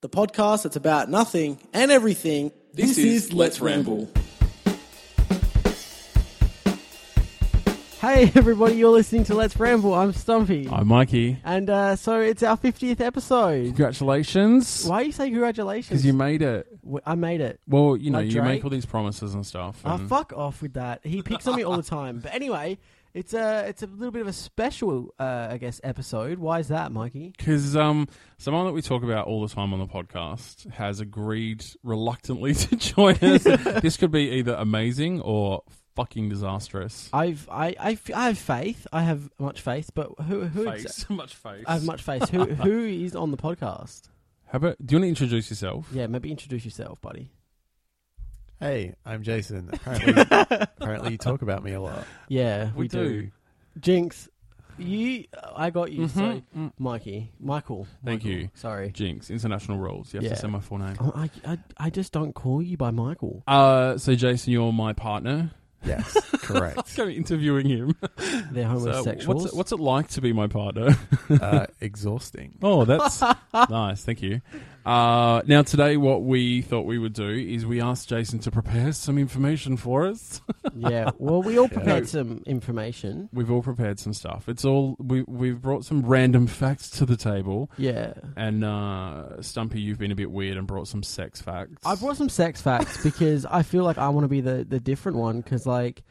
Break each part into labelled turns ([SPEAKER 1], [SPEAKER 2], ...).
[SPEAKER 1] the podcast that's about nothing and everything.
[SPEAKER 2] This, is, Let's Ramble.
[SPEAKER 3] Hey everybody, you're listening to Let's Ramble. I'm Stumpy,
[SPEAKER 4] Hi, Mikey.
[SPEAKER 3] and uh, so it's our 50th episode.
[SPEAKER 4] Congratulations.
[SPEAKER 3] Why are you saying congratulations?
[SPEAKER 4] Because you made it.
[SPEAKER 3] W- I made it.
[SPEAKER 4] Well, you know,
[SPEAKER 3] Like
[SPEAKER 4] you
[SPEAKER 3] Drake?
[SPEAKER 4] make all these promises and stuff.
[SPEAKER 3] Ah,
[SPEAKER 4] and-
[SPEAKER 3] fuck off with that. He picks on me all the time. But anyway, it's a it's a little bit of a special, uh, I guess, episode. Why is that, Mikey?
[SPEAKER 4] Because um, someone that we talk about all the time on the podcast has agreed reluctantly to join us. this could be either amazing or fucking disastrous.
[SPEAKER 3] I've I I, f- I have faith. I have much faith. But who who exa-
[SPEAKER 4] Face. Much face.
[SPEAKER 3] I have much faith. who who is on the podcast?
[SPEAKER 4] How about, do you want to introduce yourself?
[SPEAKER 3] Yeah, maybe introduce yourself, buddy.
[SPEAKER 5] Hey, I'm Jason. Apparently, apparently you talk about me a lot.
[SPEAKER 3] Yeah, we, Jinx, you. I got you. So,
[SPEAKER 4] Mhm. Mm.
[SPEAKER 3] Mikey, Michael.
[SPEAKER 4] Thank
[SPEAKER 3] Michael,
[SPEAKER 4] you.
[SPEAKER 3] Sorry.
[SPEAKER 4] Jinx, international rules. You have
[SPEAKER 3] Yeah.
[SPEAKER 4] to say my full name.
[SPEAKER 3] Oh, I, I, I just don't call you by Michael.
[SPEAKER 4] Uh, so, Jason, you're my partner.
[SPEAKER 5] Yes, correct.
[SPEAKER 4] I'm interviewing him.
[SPEAKER 3] They're
[SPEAKER 4] So
[SPEAKER 3] homosexuals.
[SPEAKER 4] what's, it, what's it like to be my partner?
[SPEAKER 5] Uh, exhausting.
[SPEAKER 4] Oh, that's nice. Thank you. Uh, now, today, what we thought we would do is we asked Jason to prepare some information for us.
[SPEAKER 3] yeah. Well, we all
[SPEAKER 5] Yeah.
[SPEAKER 3] prepared some information.
[SPEAKER 4] We've all prepared some stuff. It's all we we've brought some random facts to the table.
[SPEAKER 3] Yeah.
[SPEAKER 4] And uh, Stumpy, you've been a bit weird and brought some sex facts.
[SPEAKER 3] I brought some sex facts because I feel like I want to be the, the different one because, like,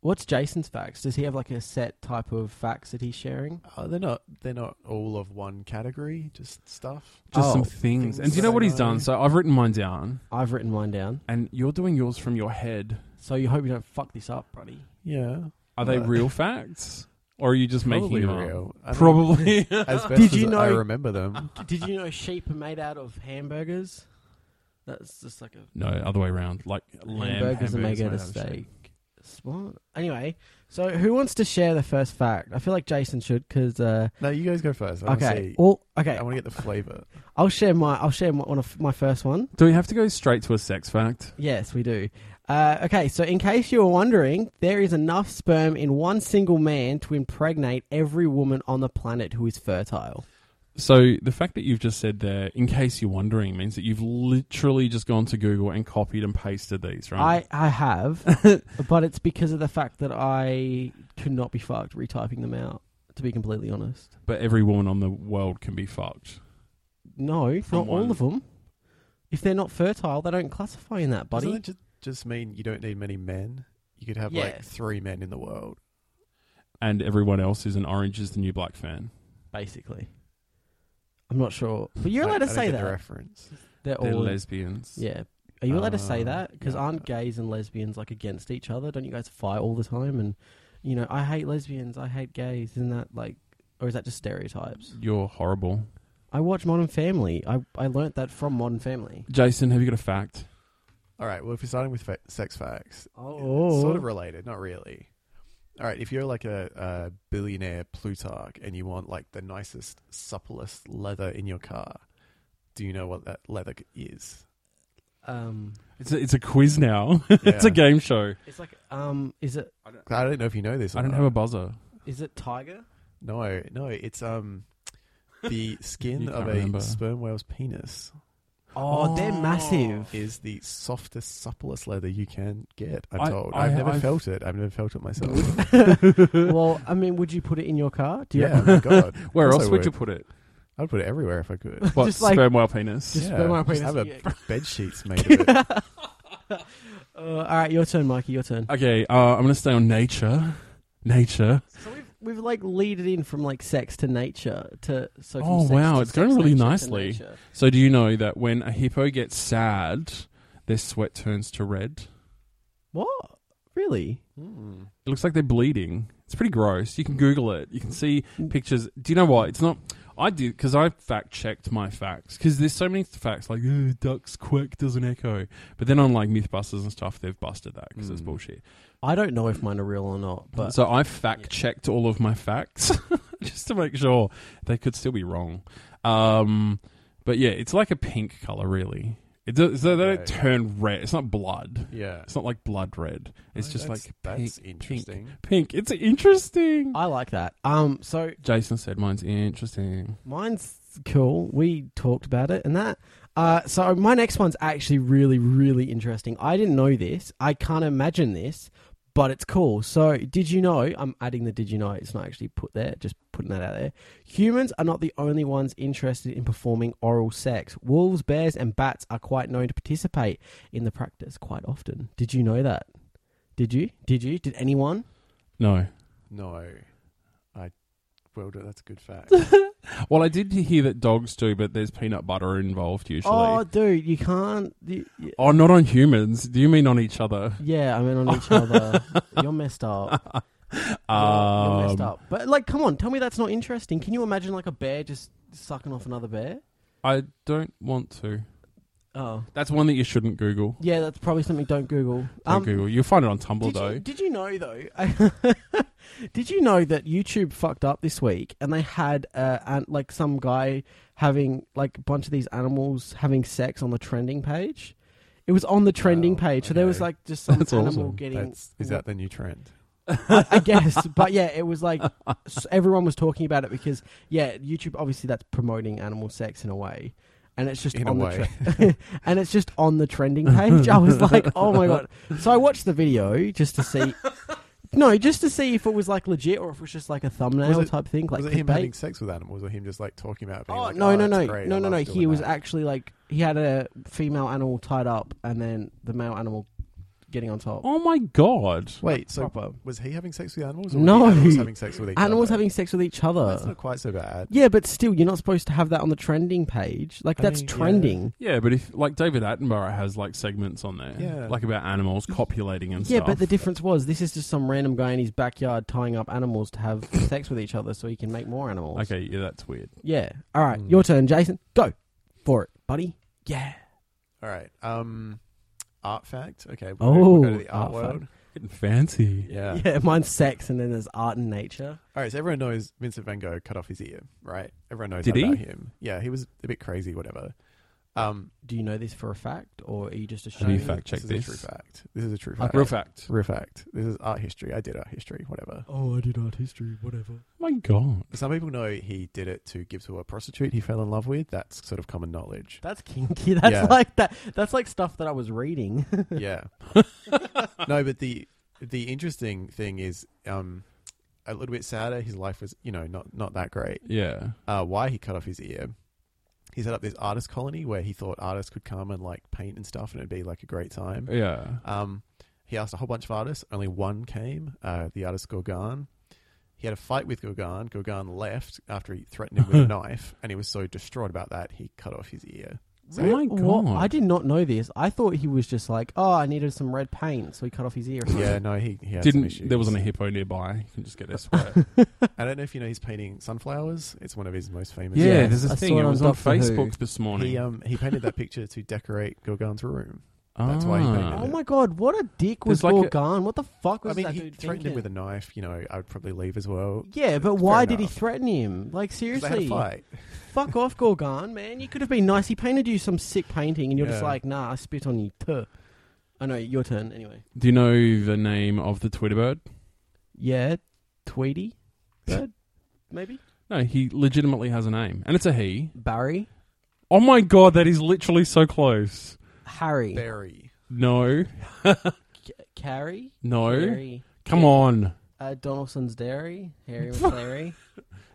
[SPEAKER 3] what's Jason's facts? Does he have, like, a set type of facts that he's sharing?
[SPEAKER 5] Oh, they're not. They're not all of one category. Just stuff.
[SPEAKER 4] just
[SPEAKER 3] Oh.
[SPEAKER 4] some things.
[SPEAKER 5] Things
[SPEAKER 4] And do you know
[SPEAKER 5] that
[SPEAKER 4] what
[SPEAKER 5] I
[SPEAKER 4] he's
[SPEAKER 5] know.
[SPEAKER 4] done? So I've written mine down,
[SPEAKER 3] I've written mine down.
[SPEAKER 4] and you're doing yours from your head.
[SPEAKER 3] So you hope you don't fuck this up, buddy.
[SPEAKER 5] Yeah,
[SPEAKER 4] Are they
[SPEAKER 5] Uh,
[SPEAKER 4] real facts, or are you just
[SPEAKER 5] probably
[SPEAKER 4] making them up?
[SPEAKER 5] real. I mean,
[SPEAKER 4] Probably.
[SPEAKER 5] As best
[SPEAKER 3] Did
[SPEAKER 5] as
[SPEAKER 3] you
[SPEAKER 5] I
[SPEAKER 3] know-
[SPEAKER 5] remember them.
[SPEAKER 3] Did you know sheep are made out of hamburgers? That's just like a
[SPEAKER 4] No, other way around. Like lamb
[SPEAKER 3] hamburgers are made out of
[SPEAKER 4] steak.
[SPEAKER 3] steak. What? Anyway, so who wants to share the first fact? I feel like Jason should because uh,
[SPEAKER 5] No, you guys go first. I wanna
[SPEAKER 3] okay,
[SPEAKER 5] see-
[SPEAKER 3] well, okay,
[SPEAKER 5] I want to get the flavor.
[SPEAKER 3] I'll share my I'll share my, one of my first one.
[SPEAKER 4] Do we have to go straight to a sex fact?
[SPEAKER 3] Yes, we do. Uh, okay, so in case you were wondering, there is enough sperm in one single man to impregnate every woman on the planet who is fertile.
[SPEAKER 4] So the fact that you've just said there, in case you're wondering, means that you've literally just gone to Google and copied and pasted these, right?
[SPEAKER 3] I I have, but it's because of the fact that I could not be fucked retyping them out. To be completely honest,
[SPEAKER 4] but every woman on the world can be fucked.
[SPEAKER 3] no,
[SPEAKER 4] From
[SPEAKER 3] not
[SPEAKER 4] one.
[SPEAKER 3] all of them. If they're not fertile, they don't classify in that, buddy.
[SPEAKER 5] Doesn't it just, just mean you don't need many men? You could have
[SPEAKER 3] Yeah.
[SPEAKER 5] like three men in the world.
[SPEAKER 4] And everyone else is an Orange is the New Black fan.
[SPEAKER 3] basically. I'm not sure, but you're
[SPEAKER 5] I-
[SPEAKER 3] allowed to
[SPEAKER 5] I don't
[SPEAKER 3] say
[SPEAKER 5] get the
[SPEAKER 3] that.
[SPEAKER 5] reference.
[SPEAKER 3] They're
[SPEAKER 4] They're
[SPEAKER 3] all
[SPEAKER 4] lesbians.
[SPEAKER 3] yeah. Are you allowed to say
[SPEAKER 5] Uh,
[SPEAKER 3] that? Because
[SPEAKER 5] yeah.
[SPEAKER 3] aren't gays and lesbians like against each other? Don't you guys fight all the time? And you know, I hate lesbians. I hate gays. Isn't that like, or is that just stereotypes?
[SPEAKER 4] You're horrible.
[SPEAKER 3] I watch Modern Family. I I learnt that from Modern Family.
[SPEAKER 4] Jason, have you got a fact?
[SPEAKER 5] All right. Well, if you're starting with fa- sex facts,
[SPEAKER 3] Oh,
[SPEAKER 5] sort of related, not really. All right, if you're like a, a billionaire Plutarch and you want like the nicest, supplest leather in your car, do you know what that leather c- is?
[SPEAKER 3] um,
[SPEAKER 4] It's a, it's a quiz now. it's a
[SPEAKER 5] Yeah.
[SPEAKER 4] game show.
[SPEAKER 3] it's like um, is it
[SPEAKER 5] I don't know if you know this. Or
[SPEAKER 4] I don't
[SPEAKER 5] not.
[SPEAKER 4] have a buzzer.
[SPEAKER 3] is it tiger?
[SPEAKER 5] No, no, it's um the skin
[SPEAKER 4] You
[SPEAKER 5] of
[SPEAKER 4] can't
[SPEAKER 5] a
[SPEAKER 4] remember.
[SPEAKER 5] sperm whale's penis
[SPEAKER 3] Oh, they're massive.
[SPEAKER 5] is the softest, supplest leather you can get. I'm
[SPEAKER 4] I-
[SPEAKER 5] told.
[SPEAKER 4] I-
[SPEAKER 5] I, have never
[SPEAKER 4] I've-
[SPEAKER 5] felt it. I've never felt it myself.
[SPEAKER 3] well, I mean, would you put it in your car? Do you
[SPEAKER 5] yeah, oh my god.
[SPEAKER 4] Where
[SPEAKER 5] Of course
[SPEAKER 4] else
[SPEAKER 5] I
[SPEAKER 4] would you put it?
[SPEAKER 5] I'd put it everywhere if I could.
[SPEAKER 4] What,
[SPEAKER 3] Just like-
[SPEAKER 4] sperm whale penis?
[SPEAKER 3] Just
[SPEAKER 5] Yeah,
[SPEAKER 3] put my
[SPEAKER 5] just
[SPEAKER 3] penis-
[SPEAKER 5] have a
[SPEAKER 3] yeah.
[SPEAKER 5] bed sheets made of it.
[SPEAKER 3] Uh, all right, your turn, Mikey. Your turn.
[SPEAKER 4] Okay, uh, I'm going to stay on nature. Nature.
[SPEAKER 3] So we've we've like leaded in from like sex to nature to so. from
[SPEAKER 4] Oh,
[SPEAKER 3] sex
[SPEAKER 4] wow,
[SPEAKER 3] to
[SPEAKER 4] it's
[SPEAKER 3] sex,
[SPEAKER 4] going really
[SPEAKER 3] nature to
[SPEAKER 4] nicely.
[SPEAKER 3] nature.
[SPEAKER 4] So do you know that when a hippo gets sad, their sweat turns to red?
[SPEAKER 3] What really?
[SPEAKER 5] Hmm.
[SPEAKER 4] It looks like they're bleeding. It's pretty gross. You can Google it. You can see pictures. Do you know what? It's not. I do because I fact checked my facts because there's so many facts like "Ugh, ducks quack doesn't echo, but then on like MythBusters and stuff they've busted that because it's
[SPEAKER 5] Mm.
[SPEAKER 4] bullshit.
[SPEAKER 3] I don't know if mine are real or not, but
[SPEAKER 4] so I fact checked all of my facts just to make sure they could still be wrong. Um, but yeah, it's like a pink color really. It does, so they
[SPEAKER 5] Okay.
[SPEAKER 4] don't turn red. It's not blood.
[SPEAKER 5] Yeah.
[SPEAKER 4] It's not like blood red. It's
[SPEAKER 5] Oh,
[SPEAKER 4] just
[SPEAKER 5] that's-
[SPEAKER 4] like pink,
[SPEAKER 5] that's interesting.
[SPEAKER 4] pink. It's interesting.
[SPEAKER 3] I like that. Um, so
[SPEAKER 4] Jason said mine's interesting.
[SPEAKER 3] mine's cool. We talked about it, and that Uh, so my next one's actually really, really interesting. I didn't know this. I can't imagine this, but it's cool. So did you know? I'm adding the did you know. It's not actually put there. Just putting that out there. Humans are not the only ones interested in performing oral sex. Wolves, bears, and bats are quite known to participate in the practice quite often. Did you know that? Did you? Did you? Did anyone?
[SPEAKER 4] No.
[SPEAKER 5] No, I. Well, that's a good fact.
[SPEAKER 4] Well, I did hear that dogs do, but there's peanut butter involved usually.
[SPEAKER 3] Oh,
[SPEAKER 4] Oh,
[SPEAKER 3] dude, you can't. You,
[SPEAKER 4] not on humans. Do you mean on each other?
[SPEAKER 3] yeah, I mean on each other. You're messed up. Oh. You're- you're messed
[SPEAKER 4] Um,
[SPEAKER 3] up. But like, come on, tell me that's not interesting. Can you imagine like a bear just sucking off another bear?
[SPEAKER 4] I don't want to.
[SPEAKER 3] Oh,
[SPEAKER 4] That's one that you shouldn't Google.
[SPEAKER 3] yeah, that's probably something. Don't Google. Um,
[SPEAKER 4] Don't Google. You'll find it on Tumblr
[SPEAKER 3] Did
[SPEAKER 4] though.
[SPEAKER 3] you, did you know though? did you know that YouTube fucked up this week and they had uh, an, like some guy having like a bunch of these animals having sex on the trending page? It was on the trending
[SPEAKER 5] Wow,
[SPEAKER 3] page, so there was
[SPEAKER 5] okay.
[SPEAKER 3] like just some
[SPEAKER 4] Oh, That's
[SPEAKER 3] animal
[SPEAKER 4] awesome.
[SPEAKER 3] getting.
[SPEAKER 5] That's, is that the new trend?
[SPEAKER 3] I guess, but yeah, it was like s- everyone was talking about it because yeah, YouTube obviously that's promoting animal sex in a way, and it's just
[SPEAKER 5] In a
[SPEAKER 3] on the
[SPEAKER 5] way.
[SPEAKER 3] tre- and it's just on the trending page. I was like, oh my god! So I watched the video just to see, no, just to see if it was like legit or if it was just like a thumbnail
[SPEAKER 5] Was it-
[SPEAKER 3] type thing, like
[SPEAKER 5] was it him
[SPEAKER 3] clickbait.
[SPEAKER 5] having sex with animals, or him just like talking about? It being
[SPEAKER 3] Oh,
[SPEAKER 5] like,
[SPEAKER 3] no,
[SPEAKER 5] "Oh,
[SPEAKER 3] no,
[SPEAKER 5] that's
[SPEAKER 3] no,
[SPEAKER 5] great,
[SPEAKER 3] no,
[SPEAKER 5] I
[SPEAKER 3] no,
[SPEAKER 5] love
[SPEAKER 3] no!
[SPEAKER 5] doing
[SPEAKER 3] He was
[SPEAKER 5] that."
[SPEAKER 3] actually like he had a female animal tied up, and then the male animal getting on top.
[SPEAKER 4] Oh my god.
[SPEAKER 5] Wait, so
[SPEAKER 3] Proper.
[SPEAKER 5] was he having sex with animals? Or were
[SPEAKER 3] No.
[SPEAKER 5] the animals having sex with each
[SPEAKER 3] Animals
[SPEAKER 5] other?
[SPEAKER 3] having sex with each other.
[SPEAKER 5] That's not quite so bad.
[SPEAKER 3] Yeah, but still, you're not supposed to have that on the trending page. Like
[SPEAKER 5] I
[SPEAKER 3] that's
[SPEAKER 5] mean, yeah.
[SPEAKER 3] trending.
[SPEAKER 4] Yeah, but if like David Attenborough has like segments on there,
[SPEAKER 5] Yeah.
[SPEAKER 4] like about animals copulating and
[SPEAKER 3] Yeah,
[SPEAKER 4] stuff.
[SPEAKER 3] but the difference was this is just some random guy in his backyard tying up animals to have sex with each other so he can make more animals.
[SPEAKER 4] okay, yeah, that's weird.
[SPEAKER 3] Yeah. All right,
[SPEAKER 5] Mm.
[SPEAKER 3] your turn, Jason. Go for it, buddy. Yeah.
[SPEAKER 5] All right. Um, art fact. Okay. We'll
[SPEAKER 3] Oh,
[SPEAKER 5] go- we'll go to the
[SPEAKER 3] art
[SPEAKER 5] art,
[SPEAKER 3] fact.
[SPEAKER 5] world.
[SPEAKER 4] Getting fancy.
[SPEAKER 5] Yeah.
[SPEAKER 3] Yeah. mine's sex, and then there's art and nature.
[SPEAKER 5] All right. So everyone knows Vincent Van Gogh cut off his ear, right? Everyone knows
[SPEAKER 4] Did he?
[SPEAKER 5] about him. Yeah, he was a bit crazy, whatever. Um,
[SPEAKER 3] Do you know this for a fact, or are you just
[SPEAKER 4] Have you
[SPEAKER 3] assuming?
[SPEAKER 5] this-
[SPEAKER 4] fact checked
[SPEAKER 5] this?
[SPEAKER 4] this?
[SPEAKER 5] Is a true fact. This is a true
[SPEAKER 4] Like,
[SPEAKER 5] fact.
[SPEAKER 4] Real fact. Oh
[SPEAKER 5] Real fact. This is art history. I did art history. Whatever.
[SPEAKER 3] Oh, I did art history. Whatever.
[SPEAKER 4] my god.
[SPEAKER 5] Some people know he did it to give to a prostitute he fell in love with. That's sort of common knowledge.
[SPEAKER 3] That's kinky. That's
[SPEAKER 5] Yeah.
[SPEAKER 3] like that. That's like stuff that I was reading.
[SPEAKER 5] yeah. no, but the the interesting thing is, um, a little bit sadder. His life was, you know, not not that great.
[SPEAKER 4] Yeah.
[SPEAKER 5] Uh, why he cut off his ear? He set up this artist colony where he thought artists could come and like paint and stuff, and it'd be like a great time.
[SPEAKER 4] Yeah.
[SPEAKER 5] Um, he asked a whole bunch of artists. Only one came. Uh, the artist Gauguin. He had a fight with Gauguin. Gauguin left after he threatened him with a knife, and he was so distraught about that he cut off his ear.
[SPEAKER 4] Oh my god.
[SPEAKER 3] What? I did not know this. I thought he was just like, oh, I needed some red paint, so he cut off his ear.
[SPEAKER 5] Yeah, no, he, he had some
[SPEAKER 4] Didn't
[SPEAKER 5] issues.
[SPEAKER 4] there wasn't a hippo nearby? You can just get this sweat.
[SPEAKER 5] I don't know if you know he's painting sunflowers. It's one of his most famous.
[SPEAKER 4] yeah,
[SPEAKER 5] works.
[SPEAKER 4] there's a
[SPEAKER 3] I
[SPEAKER 4] thing.
[SPEAKER 3] saw it
[SPEAKER 4] It
[SPEAKER 3] on
[SPEAKER 4] was on
[SPEAKER 3] Doctor Who.
[SPEAKER 4] Facebook this morning.
[SPEAKER 5] He um he painted that picture to decorate Gauguin's room. that's why he
[SPEAKER 4] Ah.
[SPEAKER 5] painted
[SPEAKER 3] Oh
[SPEAKER 5] it.
[SPEAKER 3] my god, what a dick was
[SPEAKER 4] There's like a-
[SPEAKER 3] Gorgon. What the fuck was
[SPEAKER 5] I mean,
[SPEAKER 3] that
[SPEAKER 5] he
[SPEAKER 3] dude
[SPEAKER 5] threatened
[SPEAKER 3] thinking?
[SPEAKER 5] him with a knife. You know, I would probably leave as well.
[SPEAKER 3] yeah, but why did he
[SPEAKER 5] enough.
[SPEAKER 3] threaten him? Like
[SPEAKER 5] 'Cause They had a
[SPEAKER 3] seriously,
[SPEAKER 5] fight.
[SPEAKER 3] fuck off, Gorgon, man. You could have been nice. He painted you some sick painting, and you're just
[SPEAKER 5] Yeah.
[SPEAKER 3] like, nah, I spit on you. Tuh. I know your turn anyway.
[SPEAKER 4] Do you know the name of the Twitter bird?
[SPEAKER 3] Yeah, Tweety, Bird? maybe
[SPEAKER 4] No, he legitimately has a name, and it's a he.
[SPEAKER 3] Barry,
[SPEAKER 4] Oh my god, that is literally so close.
[SPEAKER 3] Harry,
[SPEAKER 5] Barry.
[SPEAKER 4] No,
[SPEAKER 3] Carrie,
[SPEAKER 4] no,
[SPEAKER 3] Harry,
[SPEAKER 4] come on,
[SPEAKER 3] uh, Donaldson's Dairy, Harry McClary.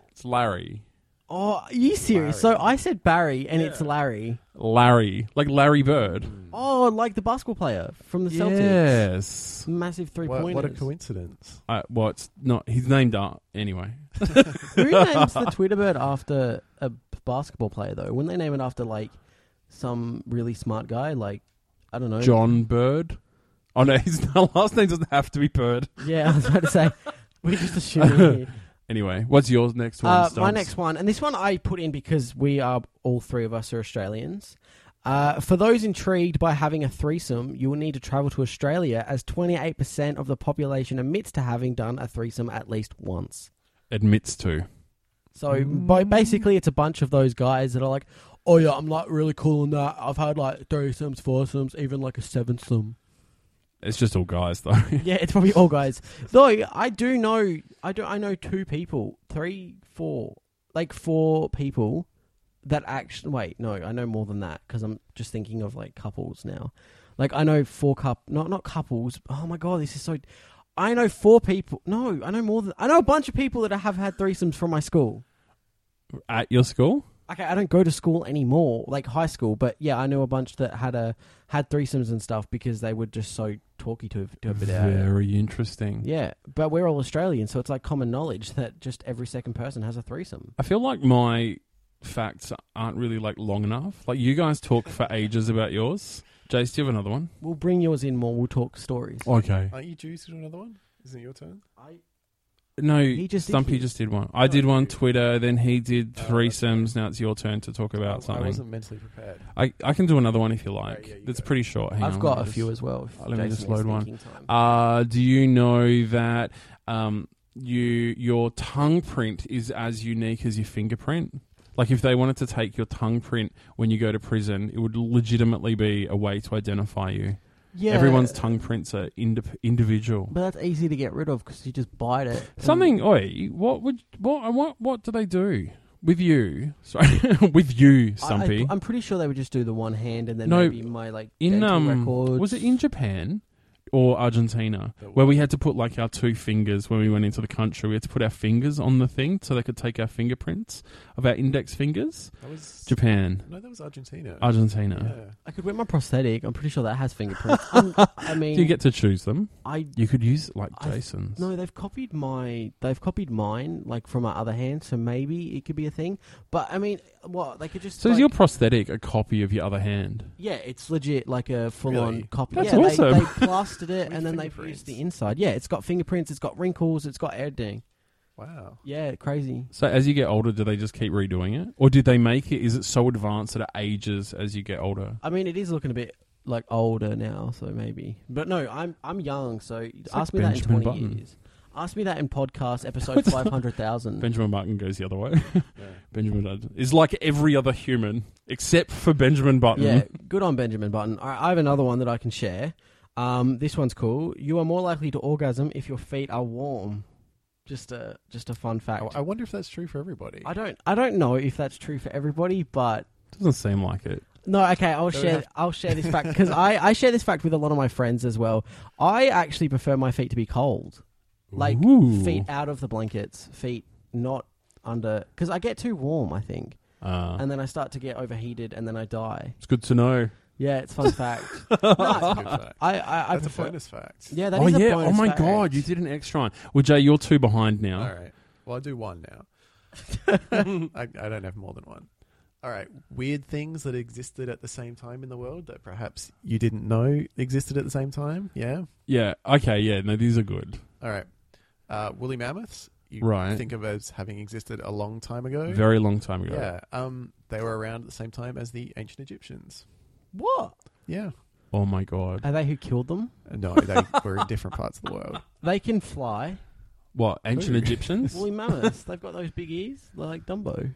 [SPEAKER 4] it's Larry.
[SPEAKER 3] Oh, are you serious? So I said Barry and it's Larry.
[SPEAKER 4] Larry, like Larry Bird.
[SPEAKER 3] Oh, like the basketball player from the Celtics.
[SPEAKER 4] Yes.
[SPEAKER 3] Massive three
[SPEAKER 5] What,
[SPEAKER 3] pointers.
[SPEAKER 5] what a coincidence!
[SPEAKER 4] Uh, well, it's not. He's named Art anyway.
[SPEAKER 3] Who names the Twitter bird after a b- basketball player though? Wouldn't they name it after like some really smart guy? Like I don't know.
[SPEAKER 4] John Bird. Oh no, his last name doesn't have to be Bird.
[SPEAKER 3] Yeah, I was about to say. We just assume. here.
[SPEAKER 4] Anyway, what's yours next one?
[SPEAKER 3] Uh, my
[SPEAKER 4] Stubbs?
[SPEAKER 3] next one, and this one I put in because we are all three of us are Australians. Uh, for those intrigued by having a threesome, you will need to travel to Australia, as 28% of the population admits to having done a threesome at least once.
[SPEAKER 4] admits to.
[SPEAKER 3] So by, basically, it's a bunch of those guys that are like, "Oh yeah, I'm like really cool in that. I've had like threesomes, foursomes, even like a sevensome."
[SPEAKER 4] It's just all guys though.
[SPEAKER 3] Yeah, it's probably all guys. Though I do know, I do, I know two people, three, four, like four people that actually wait no i know more than that because i'm just thinking of like couples now like i know four cup not not couples oh my god this is so i know four people no i know more than i know a bunch of people that have had threesomes from my school
[SPEAKER 4] At your school?
[SPEAKER 3] okay i don't go to school anymore like high school but yeah i know a bunch that had a had threesomes and stuff because they were just so talky to to a bit about it.
[SPEAKER 4] Very interesting.
[SPEAKER 3] yeah but we're all australian so it's like common knowledge that just every second person has a threesome
[SPEAKER 4] I feel like my facts aren't really like long enough. Like you guys talk for ages about yours. Jace, do you have another one?
[SPEAKER 3] we'll bring yours in more we'll talk stories
[SPEAKER 4] Okay.
[SPEAKER 5] Aren't you due to do another one? Isn't it your turn?
[SPEAKER 4] No,
[SPEAKER 3] He just did
[SPEAKER 4] Stumpy
[SPEAKER 3] his.
[SPEAKER 4] just did one. I did one Twitter, then he
[SPEAKER 5] Oh,
[SPEAKER 4] did threesomes. Now it's your turn to talk about
[SPEAKER 5] I
[SPEAKER 4] something.
[SPEAKER 5] wasn't mentally prepared.
[SPEAKER 4] I, I can do another one if you like.
[SPEAKER 5] yeah, you
[SPEAKER 4] That's
[SPEAKER 5] go.
[SPEAKER 4] pretty short. Hang
[SPEAKER 3] I've
[SPEAKER 4] on,
[SPEAKER 3] got a
[SPEAKER 4] let me
[SPEAKER 3] few
[SPEAKER 4] just-
[SPEAKER 3] as well. if
[SPEAKER 4] let me
[SPEAKER 3] Jason
[SPEAKER 4] just
[SPEAKER 3] is
[SPEAKER 4] load one.
[SPEAKER 3] thinking time.
[SPEAKER 4] Uh, do you know that um, you your tongue print is as unique as your fingerprint? Like if they wanted to take your tongue print when you go to prison, it would legitimately be a way to identify you.
[SPEAKER 3] yeah,
[SPEAKER 4] Everyone's tongue prints are indip individual.
[SPEAKER 3] But that's easy to get rid of because you just bite it. and-
[SPEAKER 4] Something, oi, what would what what what do they do with you? Sorry, with you, Stumpy.
[SPEAKER 3] I, am pretty sure they would just do the one hand and then
[SPEAKER 4] No,
[SPEAKER 3] maybe my like
[SPEAKER 4] in
[SPEAKER 3] dental
[SPEAKER 4] um
[SPEAKER 3] records.
[SPEAKER 4] was it in Japan or Argentina where we had to put like our two fingers when we went into the country we had to put our fingers on the thing so they could take our fingerprints of our index fingers
[SPEAKER 5] That was
[SPEAKER 4] Japan
[SPEAKER 5] No, that was Argentina.
[SPEAKER 4] Argentina
[SPEAKER 5] yeah.
[SPEAKER 3] I could wear my prosthetic. I'm pretty sure that has fingerprints. Um, I mean,
[SPEAKER 4] do you get to choose them
[SPEAKER 3] I
[SPEAKER 4] you could use like
[SPEAKER 3] I-
[SPEAKER 4] Jason's
[SPEAKER 3] no, they've copied my they've copied mine like from my other hand, so maybe it could be a thing. But I mean, what they could just
[SPEAKER 4] so is
[SPEAKER 3] like-
[SPEAKER 4] your prosthetic a copy of your other hand
[SPEAKER 3] yeah, it's legit like a full on
[SPEAKER 5] Really?
[SPEAKER 3] copy.
[SPEAKER 4] That's
[SPEAKER 3] yeah,
[SPEAKER 4] awesome.
[SPEAKER 3] they, they plastered it
[SPEAKER 5] With
[SPEAKER 3] and then they
[SPEAKER 5] fingerprints.
[SPEAKER 3] used the inside. Yeah, it's got fingerprints, it's got wrinkles, it's got everything.
[SPEAKER 5] Wow.
[SPEAKER 3] Yeah, crazy.
[SPEAKER 4] so as you get older do they just keep redoing it or did they make it is it so advanced that it ages as you get older
[SPEAKER 3] I mean, it is looking a bit like older now, so maybe. But no, I'm I'm young, so ask
[SPEAKER 4] like
[SPEAKER 3] me that in
[SPEAKER 4] Benjamin
[SPEAKER 3] twenty
[SPEAKER 4] Button.
[SPEAKER 3] years. Ask me that in podcast episode five hundred thousand.
[SPEAKER 4] Benjamin Button goes the other way
[SPEAKER 5] Yeah.
[SPEAKER 4] Benjamin Button is like every other human except for Benjamin Button.
[SPEAKER 3] yeah, good on Benjamin Button. I, I have another one that I can share. Um, this one's cool. You are more likely to orgasm if your feet are warm. Just a just a fun fact.
[SPEAKER 5] Oh, I, I wonder if that's true for everybody.
[SPEAKER 3] I don't I don't know if that's true for everybody, but
[SPEAKER 4] Doesn't seem like it.
[SPEAKER 3] No, okay, I'll
[SPEAKER 5] So we
[SPEAKER 3] share.
[SPEAKER 5] have-
[SPEAKER 3] I'll share this fact because I, I share this fact with a lot of my friends as well. I actually prefer my feet to be cold, like
[SPEAKER 4] Ooh.
[SPEAKER 3] feet out of the blankets, feet not under, because I get too warm, I think,
[SPEAKER 4] Uh,
[SPEAKER 3] and then I start to get overheated, and then I die.
[SPEAKER 4] it's good to know.
[SPEAKER 3] Yeah, it's fun fact. No, I,
[SPEAKER 5] Good fact.
[SPEAKER 3] I, I
[SPEAKER 5] That's
[SPEAKER 3] prefer.
[SPEAKER 5] a bonus fact.
[SPEAKER 3] Yeah, that
[SPEAKER 4] oh
[SPEAKER 3] is a
[SPEAKER 4] yeah!
[SPEAKER 3] bonus
[SPEAKER 4] Oh my
[SPEAKER 3] fact.
[SPEAKER 4] god! You did an extra one. Well, Jay, you're two behind now.
[SPEAKER 5] All right. Well, I do one now. I, I don't have more than one. All right. Weird things that existed at the same time in the world that perhaps you didn't know existed at the same time. Yeah.
[SPEAKER 4] Yeah. Okay. Yeah. No, these are good.
[SPEAKER 5] All right. Uh, woolly mammoths. You
[SPEAKER 4] Right.
[SPEAKER 5] think of as having existed a long time ago.
[SPEAKER 4] Very long time ago.
[SPEAKER 5] yeah. Um, they were around at the same time as the ancient Egyptians.
[SPEAKER 3] What
[SPEAKER 5] Yeah.
[SPEAKER 4] Oh my god!
[SPEAKER 3] are they? Who killed them?
[SPEAKER 5] No, they were in different parts of the world.
[SPEAKER 3] They can fly.
[SPEAKER 4] What ancient
[SPEAKER 5] Ooh.
[SPEAKER 4] Egyptians?
[SPEAKER 3] Woolly mammoths. They've got those big ears, like Dumbo.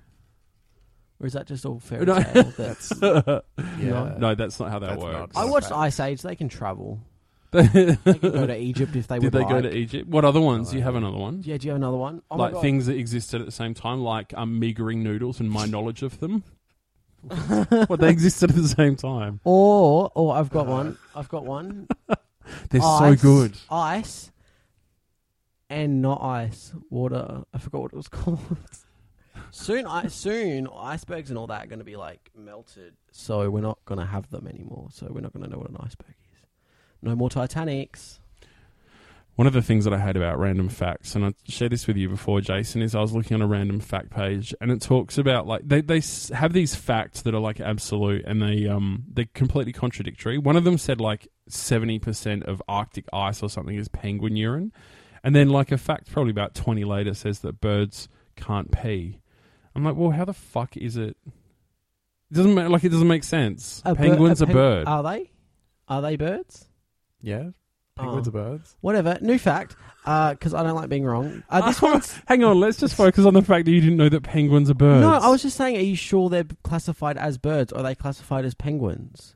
[SPEAKER 3] Or is that just all fairy
[SPEAKER 4] No.
[SPEAKER 3] tale? that-
[SPEAKER 5] That's
[SPEAKER 4] no,
[SPEAKER 5] yeah.
[SPEAKER 4] that's not how that
[SPEAKER 5] That's
[SPEAKER 4] works.
[SPEAKER 5] not-
[SPEAKER 3] I
[SPEAKER 5] That's
[SPEAKER 3] watched
[SPEAKER 5] right.
[SPEAKER 3] Ice Age. They can travel.
[SPEAKER 4] did
[SPEAKER 3] They can go to Egypt if they
[SPEAKER 4] they
[SPEAKER 3] would like.
[SPEAKER 4] go to Egypt? What other ones? Do you have another one?
[SPEAKER 3] Yeah, do you have another one? Oh
[SPEAKER 4] like
[SPEAKER 3] my God.
[SPEAKER 4] things that existed at the same time, like um, meagering noodles and my knowledge of them. what they existed at the same time.
[SPEAKER 3] Or, or I've got one. I've got one.
[SPEAKER 4] They're
[SPEAKER 3] Ice-
[SPEAKER 4] so good.
[SPEAKER 3] Ice and not ice. Water. I forgot what it was called. soon, I, soon icebergs and all that are going to be like melted. So we're not going to have them anymore. So we're not going to know what an iceberg is. No more Titanics.
[SPEAKER 4] One of the things that I hate about random facts, and I shared this with you before, Jason, is I was looking on a random fact page, and it talks about like they they s- have these facts that are like absolute, and they um they're completely contradictory. One of them said like seventy percent of Arctic ice or something is penguin urine, and then like a fact probably about twenty later says that birds can't pee. I'm like, well, how the fuck is it? It doesn't make, like it doesn't make sense.
[SPEAKER 3] A bir-
[SPEAKER 4] Penguins
[SPEAKER 3] pen-
[SPEAKER 4] a bird.
[SPEAKER 3] Are they? Are they birds?
[SPEAKER 5] Yeah. Penguins
[SPEAKER 3] Oh.
[SPEAKER 5] are birds.
[SPEAKER 3] Whatever. New fact. Because I don't like being wrong. Uh, this one's.
[SPEAKER 4] Hang on, let's just focus on the fact that you didn't know that penguins are birds.
[SPEAKER 3] No, I was just saying, are you sure they're classified as birds or are they classified as penguins?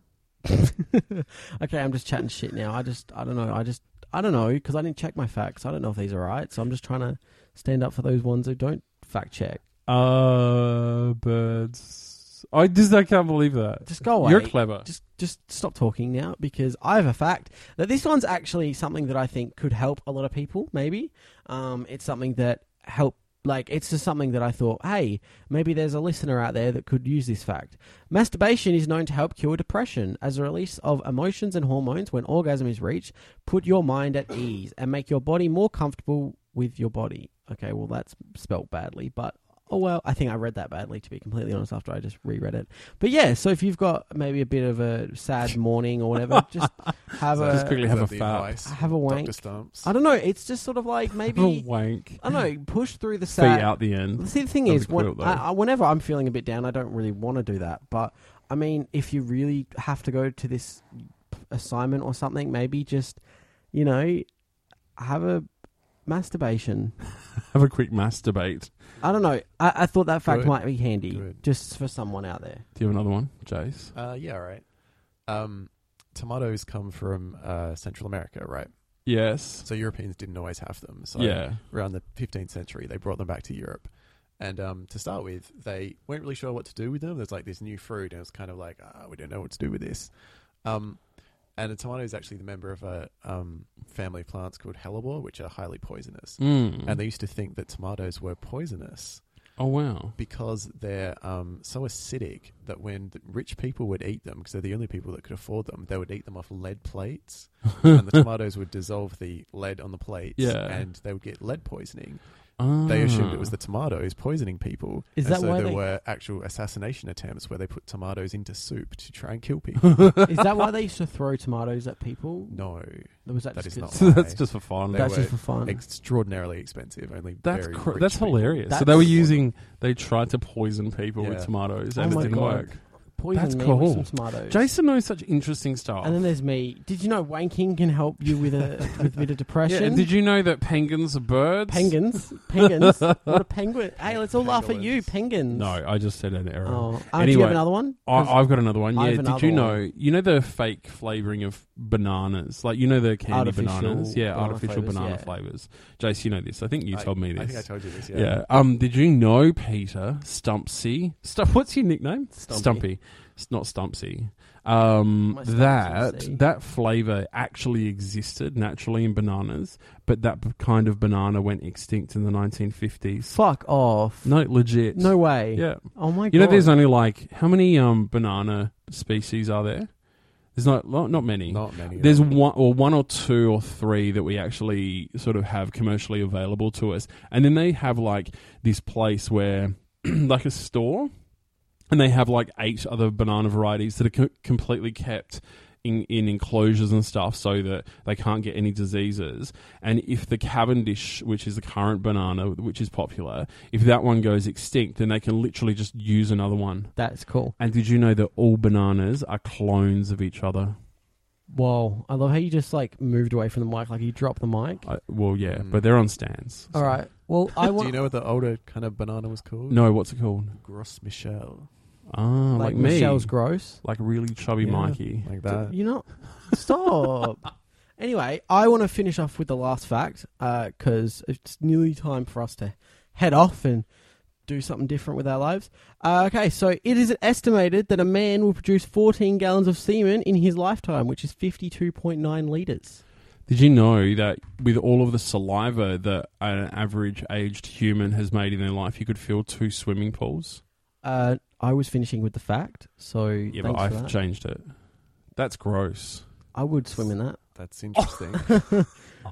[SPEAKER 3] okay, I'm just chatting shit now. I just, I don't know. I just, I don't know because I didn't check my facts. I don't know if these are right. So I'm just trying to stand up for those ones who don't fact check.
[SPEAKER 4] Uh, birds this. I just I can't believe that.
[SPEAKER 3] Just go away.
[SPEAKER 4] You're clever.
[SPEAKER 3] Oh, Just just stop talking now because I have a fact that this one's actually something that I think could help a lot of people. Maybe um, it's something that help. Like it's just something that I thought, hey, maybe there's a listener out there that could use this fact. Masturbation is known to help cure depression as a release of emotions and hormones when orgasm is reached. Put your mind at ease and make your body more comfortable with your body. Okay, well that's spelt badly, but oh well. I think I read that badly to be completely honest. After I just reread it, but yeah, so if you've got maybe a bit of a sad morning or whatever, just have
[SPEAKER 5] So
[SPEAKER 3] a
[SPEAKER 4] just quickly have
[SPEAKER 5] Is
[SPEAKER 4] a
[SPEAKER 5] that the
[SPEAKER 4] fat.
[SPEAKER 5] advice?
[SPEAKER 3] have a wank.
[SPEAKER 5] Doctor Stumps.
[SPEAKER 3] I don't know. It's just sort of like
[SPEAKER 4] A
[SPEAKER 3] maybe
[SPEAKER 4] wank.
[SPEAKER 3] I don't know. Push through the
[SPEAKER 4] Feet
[SPEAKER 3] sad.
[SPEAKER 4] out the end.
[SPEAKER 3] See, the thing
[SPEAKER 4] That
[SPEAKER 3] is,
[SPEAKER 4] was
[SPEAKER 3] when,
[SPEAKER 4] quilt, though.
[SPEAKER 3] I, I- whenever I'm feeling a bit down, I don't really want to do that. But I mean, if you really have to go to this assignment or something, maybe just you know have a masturbation.
[SPEAKER 4] Have a quick masturbate.
[SPEAKER 3] I don't know. I, I thought that fact
[SPEAKER 5] Good.
[SPEAKER 3] might be handy
[SPEAKER 5] Good.
[SPEAKER 3] just for someone out there.
[SPEAKER 4] Do you have another one, Jace?
[SPEAKER 5] Uh, yeah, all right. Um, tomatoes come from uh, Central America, right?
[SPEAKER 4] Yes.
[SPEAKER 5] So Europeans didn't always have them. So
[SPEAKER 4] Yeah.
[SPEAKER 5] around the 15th century, they brought them back to Europe. And um, to start with, they weren't really sure what to do with them. There's like this new fruit, and it's kind of like, ah, we don't know what to do with this. Um, and a tomato is actually the member of a um, family of plants called hellebore, which are highly poisonous.
[SPEAKER 4] Mm.
[SPEAKER 5] And they used to think that tomatoes were poisonous
[SPEAKER 4] oh wow.
[SPEAKER 5] because they're um, so acidic that when the rich people would eat them, because they're the only people that could afford them, they would eat them off lead plates, and the tomatoes would dissolve the lead on the plates,
[SPEAKER 4] Yeah.
[SPEAKER 5] and they would get lead poisoning.
[SPEAKER 4] Ah.
[SPEAKER 5] They assumed it was the tomatoes poisoning people,
[SPEAKER 3] Is
[SPEAKER 5] and
[SPEAKER 3] that
[SPEAKER 5] so
[SPEAKER 3] why
[SPEAKER 5] there
[SPEAKER 3] they-
[SPEAKER 5] were actual assassination attempts where they put tomatoes into soup to try and kill people.
[SPEAKER 3] Is that why they used to throw tomatoes at people?
[SPEAKER 5] no,
[SPEAKER 3] Or was that,
[SPEAKER 5] That
[SPEAKER 3] just
[SPEAKER 5] is
[SPEAKER 3] 'cause-
[SPEAKER 5] not
[SPEAKER 4] Ah. So that's just for fun.
[SPEAKER 5] They
[SPEAKER 3] that's
[SPEAKER 5] were
[SPEAKER 3] just for fun.
[SPEAKER 5] extraordinarily expensive. Only
[SPEAKER 4] That's
[SPEAKER 5] very
[SPEAKER 4] cr-
[SPEAKER 5] rich
[SPEAKER 4] that's
[SPEAKER 5] people.
[SPEAKER 4] hilarious. so
[SPEAKER 3] That's-
[SPEAKER 4] they were using. They tried to poison people with
[SPEAKER 5] Yeah.
[SPEAKER 4] tomatoes,
[SPEAKER 3] Oh
[SPEAKER 4] and
[SPEAKER 3] my
[SPEAKER 4] it didn't
[SPEAKER 3] God.
[SPEAKER 4] work.
[SPEAKER 3] Poison
[SPEAKER 4] that's
[SPEAKER 3] me
[SPEAKER 4] cool.
[SPEAKER 3] with some tomatoes.
[SPEAKER 4] Jason knows such interesting stuff.
[SPEAKER 3] And then there's me. Did you know wanking can help you with a with a bit of
[SPEAKER 4] yeah,
[SPEAKER 3] depression?
[SPEAKER 4] and did you know that penguins are birds?
[SPEAKER 3] Penguins. Penguins. what a penguin. Hey, let's all laugh at you,
[SPEAKER 5] Pangolins.
[SPEAKER 3] penguins.
[SPEAKER 4] No, I just said an error.
[SPEAKER 3] Oh, uh, do you
[SPEAKER 4] Anyway,
[SPEAKER 3] have another one?
[SPEAKER 4] I, I've got another one.
[SPEAKER 3] I
[SPEAKER 4] Yeah,
[SPEAKER 3] have
[SPEAKER 4] did
[SPEAKER 3] another
[SPEAKER 4] you know? You know the fake flavoring of bananas, like you know the candy
[SPEAKER 3] Artificial
[SPEAKER 4] bananas, yeah,
[SPEAKER 3] banana
[SPEAKER 4] artificial
[SPEAKER 3] flavours,
[SPEAKER 4] banana
[SPEAKER 3] yeah.
[SPEAKER 4] flavors. Jace, you know this. I think you
[SPEAKER 5] I-
[SPEAKER 4] told me
[SPEAKER 5] I
[SPEAKER 4] this.
[SPEAKER 5] think I told you this.
[SPEAKER 4] yeah. Um. Did you know Peter Stumpsy? Stump. What's your nickname?
[SPEAKER 3] Stumpy.
[SPEAKER 4] Stumpy. It's not Stumpsy. Um.
[SPEAKER 3] My Stumpsy C.
[SPEAKER 4] That that flavor actually existed naturally in bananas, but that b- kind of banana went extinct in the 1950s.
[SPEAKER 3] Fuck off.
[SPEAKER 4] No, legit.
[SPEAKER 3] No way.
[SPEAKER 4] Yeah.
[SPEAKER 3] Oh my god.
[SPEAKER 4] You know, there's only like how many um banana species are there? There's not not, not many.
[SPEAKER 5] Not many. of
[SPEAKER 4] There's
[SPEAKER 5] them.
[SPEAKER 4] one or one or two or three that we actually sort of have commercially available to us, and then they have like this place where like a store, and they have like eight other banana varieties that are co- completely kept. In, in enclosures and stuff so that they can't get any diseases and if the cavendish which is the current banana which is popular if that one goes extinct then they can literally just use another one
[SPEAKER 3] That's cool.
[SPEAKER 4] and did you know that all bananas are clones of each other
[SPEAKER 3] Whoa. I love how you just like moved away from the mic, like you dropped the mic.
[SPEAKER 4] I, well, yeah,
[SPEAKER 5] Mm.
[SPEAKER 4] but they're on stands.
[SPEAKER 3] all right. Well, I
[SPEAKER 5] Do
[SPEAKER 3] want.
[SPEAKER 5] you know what the older kind of banana was called?
[SPEAKER 4] No, what's it called?
[SPEAKER 5] Gross Michelle.
[SPEAKER 4] Ah, like,
[SPEAKER 3] like,
[SPEAKER 4] me.
[SPEAKER 3] Michelle's gross.
[SPEAKER 4] like really chubby
[SPEAKER 5] Yeah,
[SPEAKER 4] Mikey.
[SPEAKER 5] Like that.
[SPEAKER 3] You know, stop. anyway, I want to finish off with the last fact because it's nearly time for us to head off and do something different with our lives. Uh, okay, so it is estimated that a man will produce 14 gallons of semen in his lifetime, which is 52.9 liters.
[SPEAKER 4] Did you know that with all of the saliva that an average aged human has made in their life, you could fill two swimming pools?
[SPEAKER 3] Uh, I was finishing with the fact, so thanks
[SPEAKER 4] Yeah, but
[SPEAKER 3] for
[SPEAKER 4] I've
[SPEAKER 3] that.
[SPEAKER 4] changed it. That's gross.
[SPEAKER 3] I would swim in that.
[SPEAKER 5] That's interesting.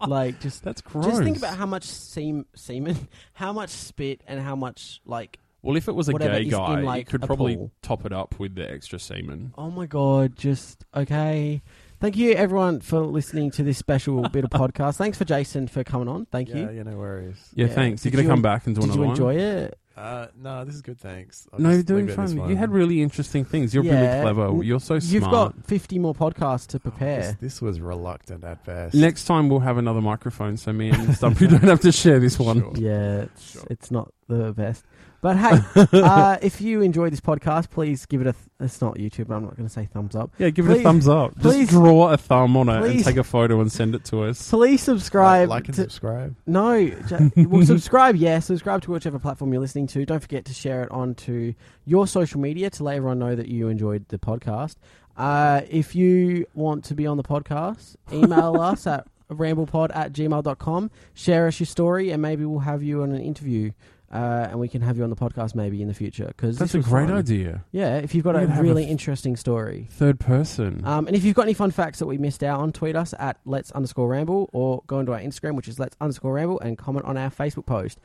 [SPEAKER 3] like, just
[SPEAKER 4] That's gross.
[SPEAKER 3] just think about how much seam, semen, how much spit, and how much like
[SPEAKER 4] well, if it was a
[SPEAKER 3] whatever
[SPEAKER 4] gay
[SPEAKER 3] is in,
[SPEAKER 4] guy, you
[SPEAKER 3] like,
[SPEAKER 4] could
[SPEAKER 3] a
[SPEAKER 4] probably
[SPEAKER 3] pool.
[SPEAKER 4] top it up with the extra semen.
[SPEAKER 3] Oh my god, just okay. Thank you everyone for listening to this special bit of podcast. Thanks for Jason for coming on. Thank
[SPEAKER 5] yeah,
[SPEAKER 3] you.
[SPEAKER 5] yeah, no worries.
[SPEAKER 4] Yeah,
[SPEAKER 3] Yeah.
[SPEAKER 4] thanks. You're
[SPEAKER 3] Did
[SPEAKER 4] gonna
[SPEAKER 3] you
[SPEAKER 4] come
[SPEAKER 3] en-
[SPEAKER 4] back and do
[SPEAKER 3] Did
[SPEAKER 4] another
[SPEAKER 3] you
[SPEAKER 4] one.
[SPEAKER 3] enjoy it?
[SPEAKER 5] Uh, no, this is good. Thanks. I'll
[SPEAKER 4] No,
[SPEAKER 5] just
[SPEAKER 4] you're doing
[SPEAKER 5] leave it at this
[SPEAKER 4] fun. You
[SPEAKER 5] one.
[SPEAKER 4] had really interesting things. You're
[SPEAKER 3] Yeah.
[SPEAKER 4] really clever.
[SPEAKER 3] N-
[SPEAKER 4] You're so smart.
[SPEAKER 3] You've got 50 more podcasts to
[SPEAKER 5] Oh, this,
[SPEAKER 3] prepare.
[SPEAKER 5] this was reluctant at best.
[SPEAKER 4] Next time we'll have another microphone, so me and Stumpy don't have to share this one.
[SPEAKER 5] Sure.
[SPEAKER 3] yeah, it's,
[SPEAKER 5] Sure.
[SPEAKER 3] it's not the best. But hey, uh, if you enjoy this podcast, please give it a. Th- it's not YouTube. I'm not going to say thumbs up.
[SPEAKER 4] Yeah, give it
[SPEAKER 3] Please-
[SPEAKER 4] a thumbs up.
[SPEAKER 3] please-
[SPEAKER 4] Just draw a thumb on it
[SPEAKER 3] please-
[SPEAKER 4] and take a photo and send it to us.
[SPEAKER 3] Please subscribe.
[SPEAKER 5] like, like and
[SPEAKER 3] to-
[SPEAKER 5] subscribe.
[SPEAKER 3] No, ju- well, subscribe. Yeah, subscribe to whichever platform you're listening to. Don't forget to share it onto your social media to let everyone know that you enjoyed the podcast. Uh, if you want to be on the podcast, email us at ramblepod at gmail.com. Share us your story, and maybe we'll have you on an interview, uh, and we can have you on the podcast maybe in the future. Because
[SPEAKER 4] That's a great idea.
[SPEAKER 3] Yeah, if you've got
[SPEAKER 4] We
[SPEAKER 3] a
[SPEAKER 4] could have a
[SPEAKER 3] really
[SPEAKER 4] f-
[SPEAKER 3] interesting story.
[SPEAKER 4] Third person.
[SPEAKER 3] Um, and if you've got any fun facts that we missed out on, tweet us at let's underscore ramble or go into our Instagram, which is let's underscore ramble, and comment on our Facebook post.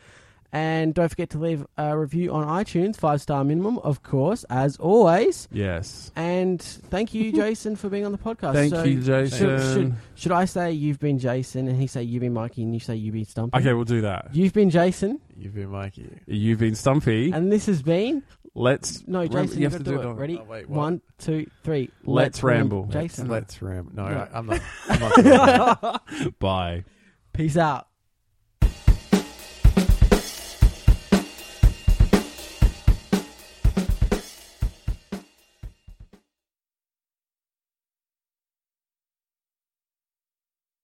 [SPEAKER 3] And don't forget to leave a review on iTunes, five star minimum, of course, as always.
[SPEAKER 4] yes.
[SPEAKER 3] And thank you, Jason, for being on the podcast.
[SPEAKER 4] Thank
[SPEAKER 3] So
[SPEAKER 4] you,
[SPEAKER 3] should-
[SPEAKER 4] Jason.
[SPEAKER 3] should- Should I say you've been Jason and he say you've been Mikey and you say you've been Stumpy?
[SPEAKER 4] Okay, we'll do that.
[SPEAKER 3] You've been Jason
[SPEAKER 5] You've been Mikey.
[SPEAKER 4] You've been Stumpy.
[SPEAKER 3] and this has been
[SPEAKER 4] Let's
[SPEAKER 3] No,
[SPEAKER 4] Ram-
[SPEAKER 3] Jason,
[SPEAKER 4] you
[SPEAKER 3] you
[SPEAKER 4] have
[SPEAKER 3] have
[SPEAKER 4] to
[SPEAKER 3] do,
[SPEAKER 4] do it
[SPEAKER 3] it.
[SPEAKER 4] on-
[SPEAKER 3] Ready?
[SPEAKER 5] Oh, wait, what?
[SPEAKER 3] One, two, three.
[SPEAKER 4] Let's ramble.
[SPEAKER 3] Jason.
[SPEAKER 5] Let's ram. No,
[SPEAKER 3] No.
[SPEAKER 5] I, I'm not. I'm not doing that.
[SPEAKER 4] Bye.
[SPEAKER 3] Peace out.